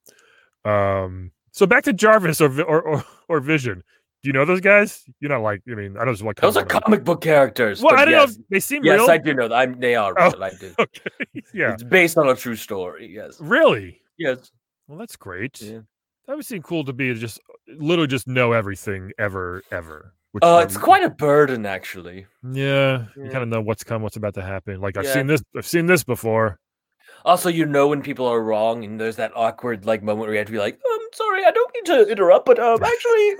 Speaker 2: Um. So back to Jarvis or Vi- or or, or Vision. Do you know those guys? You're not like. I mean, I know it's like
Speaker 1: Those are
Speaker 2: kinda what
Speaker 1: comic book characters.
Speaker 2: I- Well,
Speaker 1: but
Speaker 2: I don't
Speaker 1: yes,
Speaker 2: know. If they seem
Speaker 1: Yes,
Speaker 2: real.
Speaker 1: I do know that. I'm, they are
Speaker 2: Oh.
Speaker 1: real. I do.
Speaker 2: okay. Yeah.
Speaker 1: It's based on a true story. Yes.
Speaker 2: Really.
Speaker 1: Yes.
Speaker 2: Well, that's great.
Speaker 1: Yeah.
Speaker 2: That would seem cool to be just literally just know everything ever ever. Which
Speaker 1: Uh,
Speaker 2: um,
Speaker 1: it's quite a burden, actually.
Speaker 2: yeah. You
Speaker 1: Yeah.
Speaker 2: kind of know what's come, what's about to happen. Like I've
Speaker 1: Yeah.
Speaker 2: seen this, I've seen this before.
Speaker 1: Also, you know when people are wrong, and there's that awkward like moment where you have to be like, "I'm sorry, I don't mean to interrupt, but um, actually,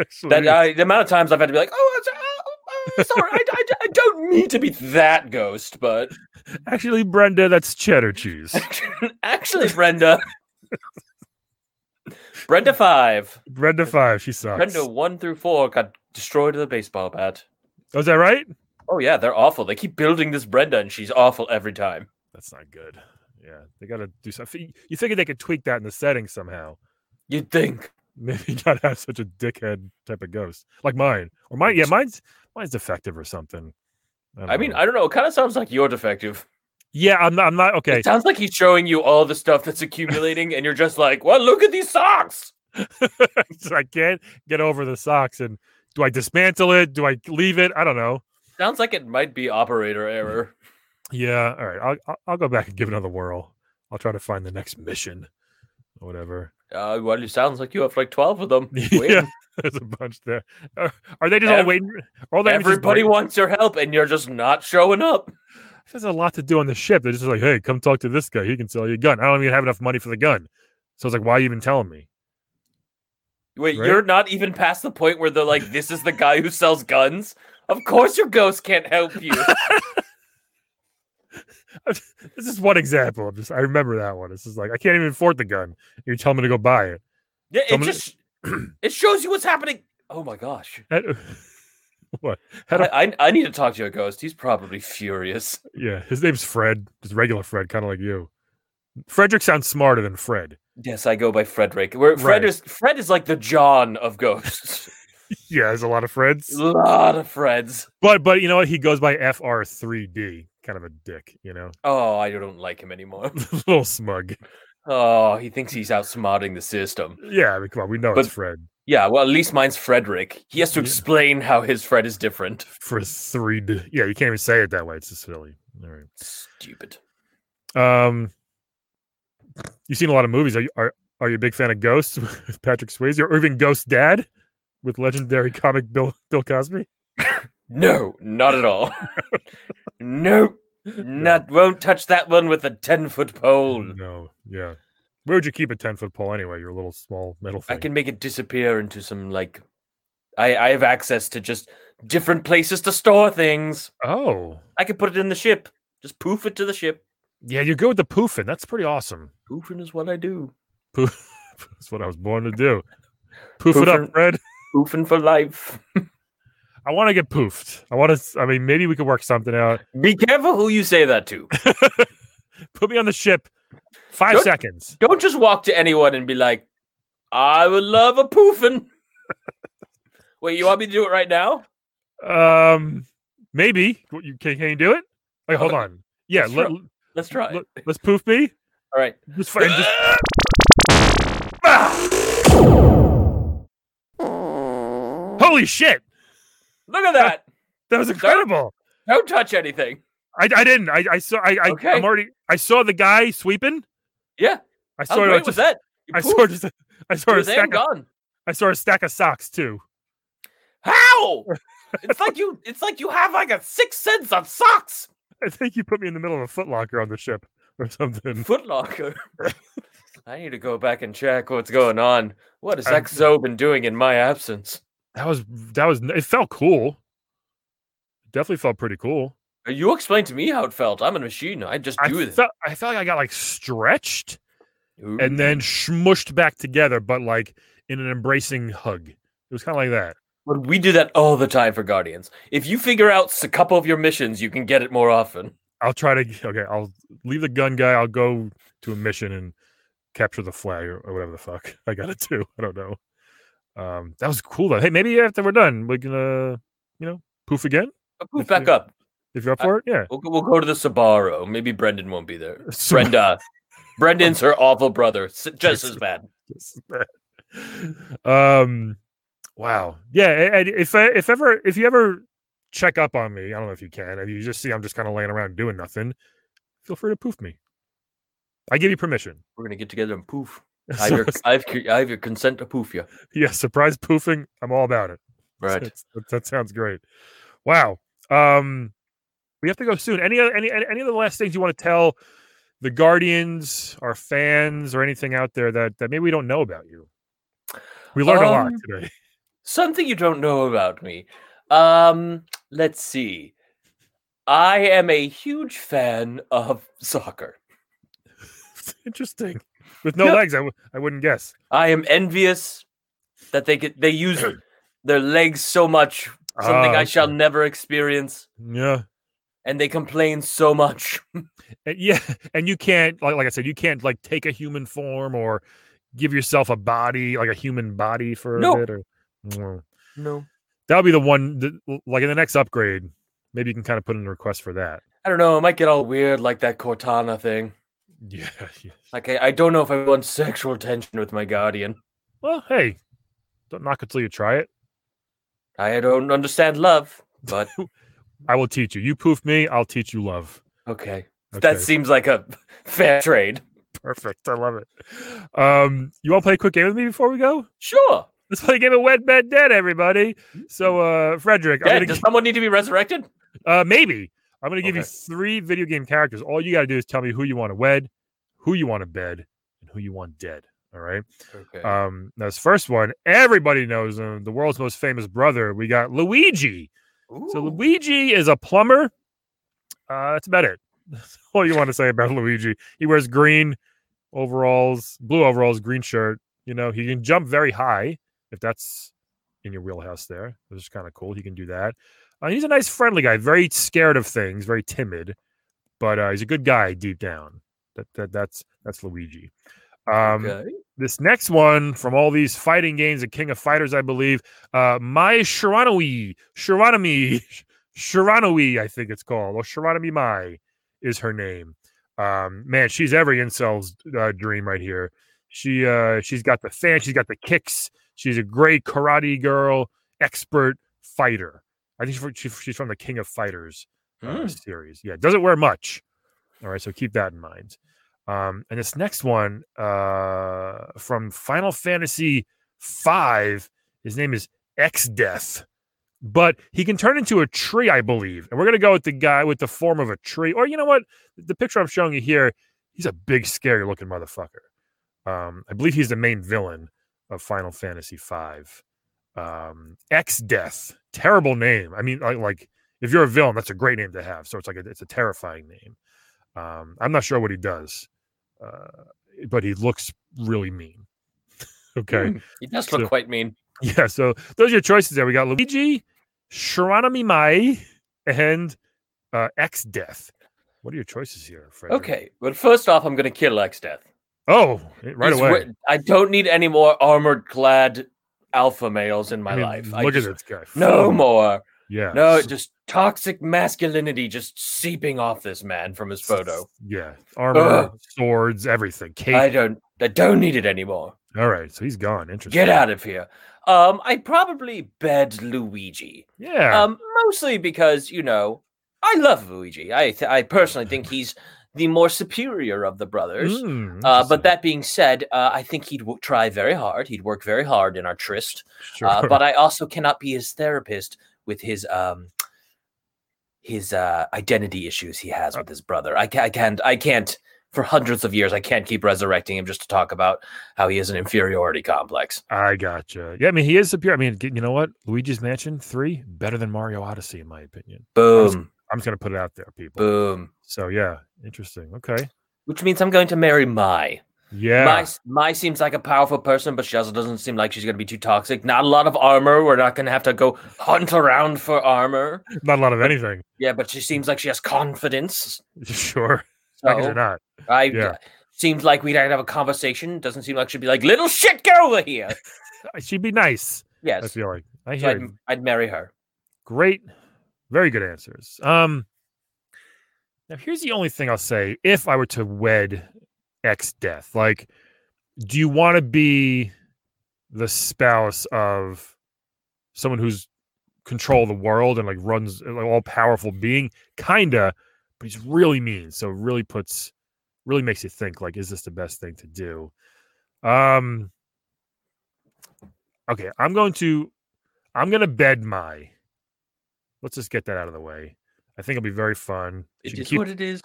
Speaker 2: Actually,
Speaker 1: that uh, I, the amount of times I've had to be like, oh, I'm so- uh, uh, sorry, I, I, I don't mean to be that ghost, but
Speaker 2: actually, Brenda, that's cheddar cheese.
Speaker 1: actually, Brenda, Brenda five,
Speaker 2: Brenda five, she sucks.
Speaker 1: Brenda one through four got destroyed with a baseball bat.
Speaker 2: was that right?
Speaker 1: Oh yeah, they're awful. They keep building this Brenda, and she's awful every time.
Speaker 2: That's not good. Yeah, they got to do something. You figure they could tweak that in the setting somehow.
Speaker 1: You'd think.
Speaker 2: Maybe not have such a dickhead type of ghost like mine, or mine. Yeah, mine's mine's defective or something. don't
Speaker 1: I mean,
Speaker 2: know.
Speaker 1: I don't know. It kind of sounds like you're defective.
Speaker 2: yeah, I'm not. I'm not okay.
Speaker 1: It sounds like he's showing you all the stuff that's accumulating, and you're just like, "Well, look at these socks."
Speaker 2: So I can't get over the socks. And do I dismantle it? Do I leave it? I don't know.
Speaker 1: Sounds like it might be operator error.
Speaker 2: Yeah. All right. I'll- I'll, I'll go back and give it another whirl. I'll try to find the next mission or whatever.
Speaker 1: Uh, well, it sounds like you have like twelve of them.
Speaker 2: yeah. There's a bunch there. Are, are they just all
Speaker 1: Ev-
Speaker 2: waiting? Are all they just
Speaker 1: Everybody
Speaker 2: waiting-
Speaker 1: wants your help, and you're just not showing up.
Speaker 2: There's a lot to do on the ship. They're just like, hey, come talk to this guy. He can sell you a gun. I don't even have enough money for the gun. So it's like, why are you even telling me?
Speaker 1: Wait,
Speaker 2: Right?
Speaker 1: you're not even past the point where they're like, "This is the guy who sells guns." Of course, your ghost can't help you.
Speaker 2: This is one example. I'm just, I remember that one. It's just like, I can't even afford the gun. You're telling me to go buy it.
Speaker 1: Yeah, it
Speaker 2: Someone-
Speaker 1: just it shows you what's happening. Oh my gosh.
Speaker 2: That- what? How do-
Speaker 1: I, I, I need to talk to your ghost. He's probably furious.
Speaker 2: Yeah, his name's Fred, just regular Fred, kind of like you. Frederick sounds smarter than Fred.
Speaker 1: Yes, I go by Frederick. Where Fred
Speaker 2: Right.
Speaker 1: is Fred is like the John of ghosts.
Speaker 2: Yeah, there's a lot of Freds,
Speaker 1: lot of Freds.
Speaker 2: but but you know what? He goes by FR3D, kind of a dick, you know,
Speaker 1: Oh, I don't like him anymore.
Speaker 2: little smug.
Speaker 1: Oh, he thinks he's outsmarting the system.
Speaker 2: Yeah, I mean, come on, we know it's
Speaker 1: But-
Speaker 2: Fred
Speaker 1: Yeah, well, at least mine's Frederick. He has to
Speaker 2: Yeah.
Speaker 1: explain how his Fred is different.
Speaker 2: for 3D. Yeah, you can't even say it that way. It's just silly. All
Speaker 1: Stupid.
Speaker 2: right. Um, you've seen a lot of movies. Are you are are you a big fan of Ghosts with Patrick Swayze, or even Ghost Dad with legendary comic Bill Bill Cosby?
Speaker 1: No, not at all. nope. Not won't touch that one with a ten foot pole.
Speaker 2: No, yeah. Where would you keep a ten foot pole anyway? Your little small metal thing.
Speaker 1: I can make it disappear into some like I I have access to just different places to store things.
Speaker 2: Oh,
Speaker 1: I could put it in the ship. Just poof it to the ship.
Speaker 2: yeah, you're good with the poofing. That's pretty awesome.
Speaker 1: Poofing is what I do.
Speaker 2: Poof. That's what I was born to do. Poof it up,
Speaker 1: Poofing.
Speaker 2: Fred.
Speaker 1: Poofing for life.
Speaker 2: I want to get poofed. I want to. I mean, maybe we could work something out.
Speaker 1: Be careful who you say that to.
Speaker 2: Put me on the ship. 5
Speaker 1: Don't-
Speaker 2: seconds.
Speaker 1: Don't just walk to anyone and be like, I would love a poofing. Wait, you want me to do it right now?
Speaker 2: Um, maybe What, you can. Can you do it? Wait, hold
Speaker 1: Okay.
Speaker 2: on. Yeah,
Speaker 1: Let's
Speaker 2: let,
Speaker 1: try. Let's try. it.
Speaker 2: let, us poof me.
Speaker 1: All right.
Speaker 2: Just, fi- and just holy shit,
Speaker 1: Look at that.
Speaker 2: that was incredible.
Speaker 1: Don't touch anything.
Speaker 2: I, I didn't. I, I saw. I, I
Speaker 1: Okay.
Speaker 2: I'm already. I saw the guy sweeping.
Speaker 1: Yeah.
Speaker 2: I
Speaker 1: How
Speaker 2: saw.
Speaker 1: great
Speaker 2: just,
Speaker 1: was that? You
Speaker 2: I saw
Speaker 1: poofed.
Speaker 2: just. a- I saw
Speaker 1: You
Speaker 2: a
Speaker 1: were there
Speaker 2: stack.
Speaker 1: and
Speaker 2: Of,
Speaker 1: gone.
Speaker 2: I saw a stack of socks too.
Speaker 1: How? It's like you. It's like you have like a sixth sense on socks.
Speaker 2: I think you put me in the middle of a footlocker on the ship or something.
Speaker 1: Footlocker. I need to go back and check what's going on. What has
Speaker 2: I'm-
Speaker 1: XO been doing in my absence?
Speaker 2: That was. That was. It felt cool. Definitely felt pretty cool.
Speaker 1: Uh, You explain to me how it felt. I'm a machine. I just
Speaker 2: I
Speaker 1: do this.
Speaker 2: felt. I felt like I got like stretched
Speaker 1: Ooh.
Speaker 2: and then smushed back together, but like in an embracing hug. It was kind of like that.
Speaker 1: But we do that all the time for Guardians. If you figure out a couple of your missions, you can get it more often.
Speaker 2: I'll try to okay. I'll leave the gun guy. I'll go to a mission and capture the flag or, or whatever the fuck I got to do. I don't know. Um, that was cool though. Hey, maybe after we're done, we can uh, you know, poof again
Speaker 1: But move
Speaker 2: If
Speaker 1: back
Speaker 2: you-
Speaker 1: up.
Speaker 2: if you're up
Speaker 1: I-
Speaker 2: for it. Yeah.
Speaker 1: We'll, go- we'll go to the Sabaro. Maybe Brendan won't be there.
Speaker 2: So-
Speaker 1: Brenda. Brendan's her awful brother. s- Just as bad.
Speaker 2: This is bad. um, wow. Yeah. a- And if I, if ever if you ever check up on me, I don't know if you can. If you just see I'm just kind of laying around doing nothing, feel free to poof me. I give you permission.
Speaker 1: We're gonna get together and poof. I have
Speaker 2: So
Speaker 1: your,
Speaker 2: it's-
Speaker 1: I have, cu- I have your consent to poof you.
Speaker 2: yeah, surprise poofing. I'm all about it.
Speaker 1: Right.
Speaker 2: That's- that, that sounds great. Wow. Um, we have to go soon. Any other any any any of the last things you want to tell the guardians, our fans, or anything out there that that maybe we don't know about you? We learned a lot
Speaker 1: Um,
Speaker 2: today.
Speaker 1: Something you don't know about me. Um, let's see. I am a huge fan of soccer.
Speaker 2: Interesting. With no
Speaker 1: Yeah.
Speaker 2: legs, I w- I wouldn't guess.
Speaker 1: I am envious that they get they use their legs so much, something
Speaker 2: Ah,
Speaker 1: I shall
Speaker 2: okay.
Speaker 1: never experience,
Speaker 2: Yeah.
Speaker 1: and they complain so much.
Speaker 2: And- yeah. And you can't, like, like I said, you can't like take a human form or give yourself a body, like a human body for
Speaker 1: No.
Speaker 2: a bit. Or Mm.
Speaker 1: No.
Speaker 2: that'll be the one. That, like in the next upgrade, maybe you can kind of put in a request for that.
Speaker 1: I don't know, it might get all weird like that Cortana thing.
Speaker 2: Yeah. yeah.
Speaker 1: Like I, I don't know if I want sexual tension with my guardian.
Speaker 2: Well, hey, don't knock it till you try it.
Speaker 1: I don't understand love, but
Speaker 2: I will teach you. You poof me, I'll teach you love.
Speaker 1: okay.
Speaker 2: Okay,
Speaker 1: That seems like a fair trade.
Speaker 2: perfect. I love it. Um, you want to play a quick game with me before we go?
Speaker 1: Sure.
Speaker 2: Let's play a game of Wed Bed Dead, everybody. So, uh, Frederick, I'm
Speaker 1: Dead.
Speaker 2: gonna
Speaker 1: Does
Speaker 2: gi-
Speaker 1: someone need to be resurrected?
Speaker 2: uh, maybe I'm going to give you
Speaker 1: Okay.
Speaker 2: three video game characters. All you got to do is tell me who you want to wed, who you want to bed, and who you want dead. All right.
Speaker 1: Okay.
Speaker 2: Um, now this first one, everybody knows him, the world's most famous brother. We got Luigi. So Luigi is a plumber. Uh, that's about it. That's all you want to say about Luigi. He wears green overalls, blue overalls, green shirt. You know, he can jump very high if that's in your wheelhouse there, which is kind of cool. He can do that. Uh, he's a nice, friendly guy, very scared of things, very timid, but uh, he's a good guy deep down. That, that that's that's Luigi. Um,
Speaker 1: okay.
Speaker 2: This next one from all these fighting games, the King of Fighters, I believe. Uh, my Shiranui, Shiranami, Shiranui, I think it's called, or Shiranami Mai is her name. Um, man, she's every incel's uh, dream right here. She uh, she's got the fan, she's got the kicks. She's a great karate girl, expert fighter. I think she's from, she, she's from the King of Fighters uh,
Speaker 1: Hmm.
Speaker 2: series. Yeah, doesn't wear much. All right, so keep that in mind. Um, and this next one uh, from Final Fantasy Five, his name is X Death, but he can turn into a tree, I believe. And we're gonna go with the guy with the form of a tree, or you know what? The picture I'm showing you here, he's a big, scary looking motherfucker. Um, I believe he's the main villain of Final Fantasy Five. Um, X Death, terrible name. I mean, like, like if you're a villain, that's a great name to have. So it's like a, it's a terrifying name. Um, I'm not sure what he does, uh, but he looks really mean. okay.
Speaker 1: Hmm, He does look
Speaker 2: So-
Speaker 1: quite mean.
Speaker 2: Yeah, so those are your choices there. We got Luigi, Shiranami Mai, and uh, X Death. What are your choices here, Fred?
Speaker 1: Okay. Well, first off, I'm gonna kill Exdeath.
Speaker 2: Oh, right
Speaker 1: He's
Speaker 2: away.
Speaker 1: wi- I don't need any more armored clad alpha males in my
Speaker 2: I mean,
Speaker 1: life. I
Speaker 2: Look
Speaker 1: just,
Speaker 2: at this guy.
Speaker 1: No
Speaker 2: Fuck.
Speaker 1: more.
Speaker 2: Yeah.
Speaker 1: No, just toxic masculinity just seeping off this man from his photo.
Speaker 2: Yeah. Armor,
Speaker 1: Ugh.
Speaker 2: swords, everything. Cape.
Speaker 1: I don't I don't need it anymore.
Speaker 2: All right. So he's gone. Interesting.
Speaker 1: Get out of here. Um, I'd probably bed Luigi.
Speaker 2: Yeah.
Speaker 1: Um, mostly because you know I love Luigi. I th- I personally think he's the more superior of the brothers.
Speaker 2: Mm,
Speaker 1: Uh, but
Speaker 2: interesting.
Speaker 1: that being said, uh, I think he'd w- try very hard. He'd work very hard in our tryst.
Speaker 2: Sure.
Speaker 1: Uh, but I also cannot be his therapist with his um his uh, identity issues he has with his brother. I, ca- I can't. I can't. For hundreds of years, I can't keep resurrecting him just to talk about how he has an inferiority complex.
Speaker 2: I gotcha. Yeah. I mean, he is superior. I mean, you know what? Luigi's Mansion 3, better than Mario Odyssey, in my opinion.
Speaker 1: Boom,
Speaker 2: I'm just going to put it out there, people.
Speaker 1: boom.
Speaker 2: So yeah, interesting. Okay.
Speaker 1: Which means I'm going to marry my.
Speaker 2: Yeah.
Speaker 1: Mai, Mai seems like a powerful person, but she also doesn't seem like she's going to be too toxic. Not a lot of armor. We're not going to have to go hunt around for armor.
Speaker 2: Not a lot of anything.
Speaker 1: Yeah, but she seems like she has confidence.
Speaker 2: Sure. Dragons are
Speaker 1: So
Speaker 2: not.
Speaker 1: I
Speaker 2: yeah.
Speaker 1: seems like we'd have a conversation. Doesn't seem like she'd be like, "Little shit, get over here."
Speaker 2: She'd be nice. I
Speaker 1: Yes,
Speaker 2: feel like I
Speaker 1: so
Speaker 2: hear.
Speaker 1: I'd,
Speaker 2: you.
Speaker 1: I'd marry her.
Speaker 2: Great, very good answers. Um, now here's the only thing I'll say: if I were to wed ex death, like, do you want to be the spouse of someone who's control of the world and like runs an all powerful being? Kinda, but he's really mean, so really puts, really makes you think: like, is this the best thing to do? Um. Okay, I'm going to, I'm going to bed my let's just get that out of the way. I think it'll be very fun. She
Speaker 1: It
Speaker 2: can
Speaker 1: is
Speaker 2: keep-
Speaker 1: what it is.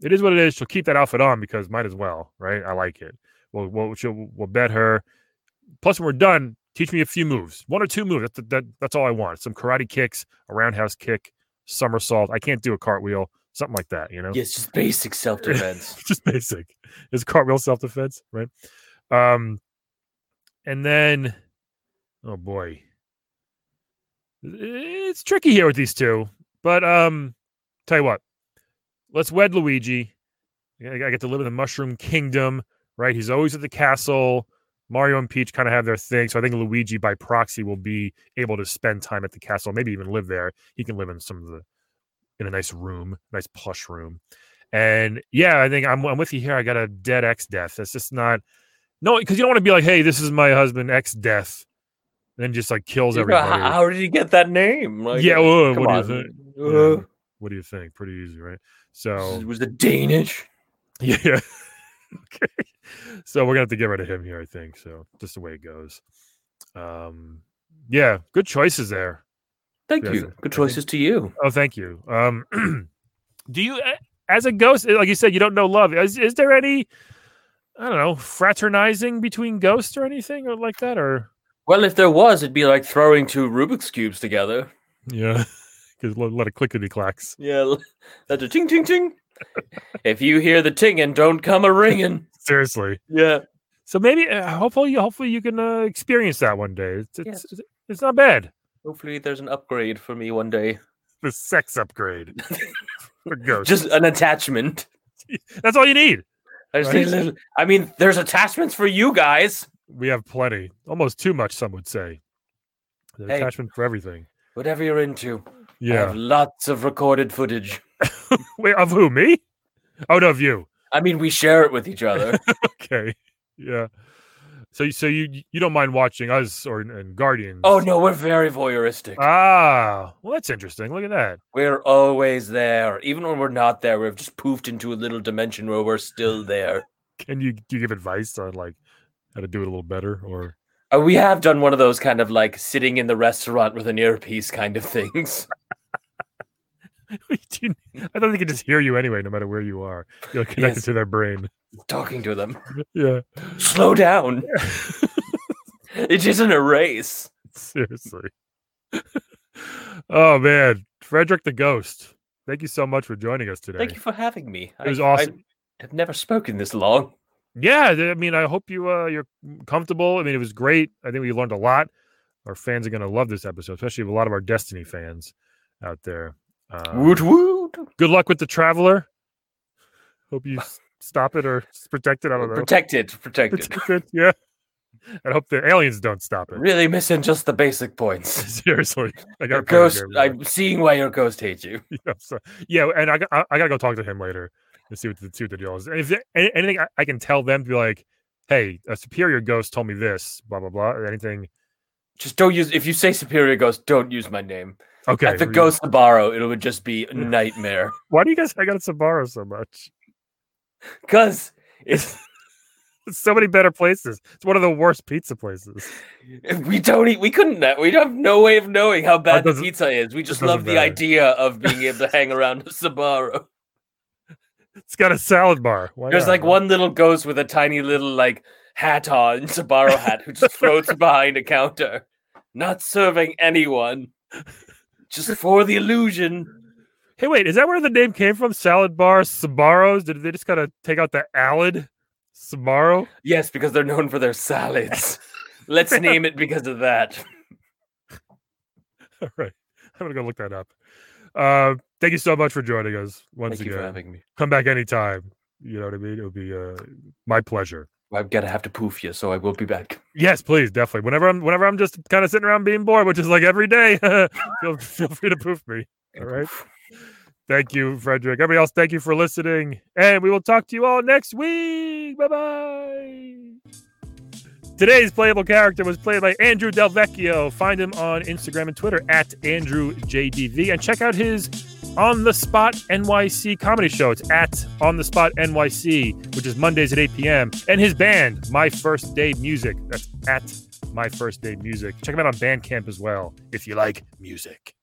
Speaker 2: it is what it is. She'll keep that outfit on because might as well, right? I like it. We'll we'll, she'll, we'll bet her. Plus, when we're done, teach me a few moves, one or two moves. That's that, that's all I want. Some karate kicks, a roundhouse kick, somersault. I can't do a cartwheel, something like that. You know,
Speaker 1: Yes, just basic self defense.
Speaker 2: just basic. Is cartwheel self defense, right? Um, and then, oh boy, it's tricky here with these two. But um, tell you what, let's wed Luigi. I I get to live in the Mushroom Kingdom, right? He's always at the castle. Mario and Peach kind of have their thing, so I think Luigi by proxy will be able to spend time at the castle, maybe even live there. He can live in some of the in a nice room, nice plush room. And yeah, I think I'm, I'm with you here. I got a dead ex death. That's just not no, because you don't want to be like, hey, this is my husband ex death, and then just like kills
Speaker 1: You know,
Speaker 2: everybody.
Speaker 1: how, how did you get that name? Like,
Speaker 2: Yeah, well,
Speaker 1: come
Speaker 2: what do you
Speaker 1: on.
Speaker 2: Yeah.
Speaker 1: Uh,
Speaker 2: What do you think? Pretty easy, right? So
Speaker 1: Was it Danish?
Speaker 2: yeah. yeah. okay. So we're gonna have to get rid of him here, I think. So just the way it goes. Um yeah, good choices there.
Speaker 1: Thank
Speaker 2: Yes, I
Speaker 1: you. Good
Speaker 2: think-
Speaker 1: choices to you.
Speaker 2: Oh, thank you. Um do you a- as a ghost, eh, like you said, you don't know love. Is is there any I don't know, fraternizing between ghosts or anything or like that? Or
Speaker 1: Well, if there was, it'd be like throwing two Rubik's cubes together.
Speaker 2: yeah. Because a lot of clickety clacks.
Speaker 1: Yeah, l- that's a ting ting ting. if you hear the tingin', don't come a ringin'.
Speaker 2: Seriously.
Speaker 1: Yeah,
Speaker 2: So maybe, uh, hopefully, hopefully you can uh, experience that one day. It's it's, it's not bad.
Speaker 1: hopefully there's an upgrade for me one day.
Speaker 2: The sex upgrade for ghosts.
Speaker 1: Just an attachment.
Speaker 2: That's all you need.
Speaker 1: I, just need a
Speaker 2: Right.
Speaker 1: little- I mean, there's attachments for you guys.
Speaker 2: We have plenty, almost too much. Some would say. The
Speaker 1: Hey.
Speaker 2: attachment for everything.
Speaker 1: Whatever you're into, I
Speaker 2: Yeah.
Speaker 1: have lots of recorded footage.
Speaker 2: Wait, of who? Me? Oh no, of you.
Speaker 1: I mean, we share it with each other.
Speaker 2: Okay. Yeah. So, you- so you you don't mind watching us or and Guardians?
Speaker 1: oh no, we're very voyeuristic.
Speaker 2: Ah, well, that's interesting. Look at that.
Speaker 1: We're always there, even when we're not there. We've just poofed into a little dimension where we're still there.
Speaker 2: Can you do you give advice on like how to do it a little better or?
Speaker 1: Uh, we have done one of those kind of like sitting in the restaurant with an earpiece kind of things.
Speaker 2: You do- I thought they could just hear you anyway, no matter where you are. You're connected
Speaker 1: Yes.
Speaker 2: to their brain.
Speaker 1: Talking to them.
Speaker 2: Yeah,
Speaker 1: Slow down. it isn't a race.
Speaker 2: seriously. oh man, Frederick the Ghost. Thank you so much for joining us today.
Speaker 1: Thank you for having me.
Speaker 2: It was
Speaker 1: I-
Speaker 2: awesome.
Speaker 1: I have never spoken this long.
Speaker 2: Yeah, th- I mean, I hope you uh, you're comfortable. I mean, it was great. I think we learned a lot. Our fans are going to love this episode, especially a lot of our Destiny fans out there. Um,
Speaker 1: woot woot.
Speaker 2: Good luck with the Traveler. Hope you s- stop it or s- protect it. I don't know.
Speaker 1: Protect it. Protect it.
Speaker 2: Protect it, Yeah. I hope the aliens don't stop it.
Speaker 1: Really missing just the basic points.
Speaker 2: Seriously, I got
Speaker 1: Your ghost. I'm seeing why your ghost hates you.
Speaker 2: yeah, so, yeah, and I, got- I, I gotta go talk to him later and see what the see what the deal is. And if there- any- anything I, I can tell them to be like, hey, a superior ghost told me this, blah blah blah. or Anything?
Speaker 1: Just don't use. If you say superior ghost, don't use my name.
Speaker 2: Okay,
Speaker 1: At the
Speaker 2: we-
Speaker 1: ghost Sabaro, it would just be a nightmare.
Speaker 2: Why do you guys I got Sabaro so much?
Speaker 1: Cause it's
Speaker 2: There's so many better places. It's one of the worst pizza places.
Speaker 1: we don't eat. We couldn't. that- We have no way of knowing how bad the
Speaker 2: doesn't-
Speaker 1: pizza is. We just
Speaker 2: doesn't
Speaker 1: love the
Speaker 2: matter.
Speaker 1: idea of being able to hang around with Sabaro.
Speaker 2: It's got a salad bar. Why
Speaker 1: There's
Speaker 2: not,
Speaker 1: like
Speaker 2: right?
Speaker 1: one little ghost with a tiny little like hat on, Sabaro hat, who just floats behind a counter, not serving anyone, just for the illusion.
Speaker 2: Hey, wait, is that where the name came from? Salad bar Sabaros? Did they just kind of take out the alid? Samaro?
Speaker 1: Yes, because they're known for their salads. Let's name it because of that.
Speaker 2: All right. I'm going to go look that up. Uh, thank you so much for joining us once
Speaker 1: Thank you
Speaker 2: again.
Speaker 1: for having me.
Speaker 2: Come back anytime. You know what I mean? It would be uh, my pleasure.
Speaker 1: I'm gonna have to poof you, so I will be back.
Speaker 2: Yes, please, definitely. Whenever I'm whenever I'm just kind of sitting around being bored, which is like every day, feel, feel free to poof me. All right. Thank you, Frederick. Everybody else, thank you for listening. And we will talk to you all next week. Bye bye. Today's playable character was played by Andrew Delvecchio. Find him on Instagram and Twitter at AndrewJDV and check out his On the Spot NYC comedy show. It's at On the Spot NYC, which is Mondays at 8 p.m. And his band, My First Day Music. That's at My First Day Music. Check him out on Bandcamp as well if you like music.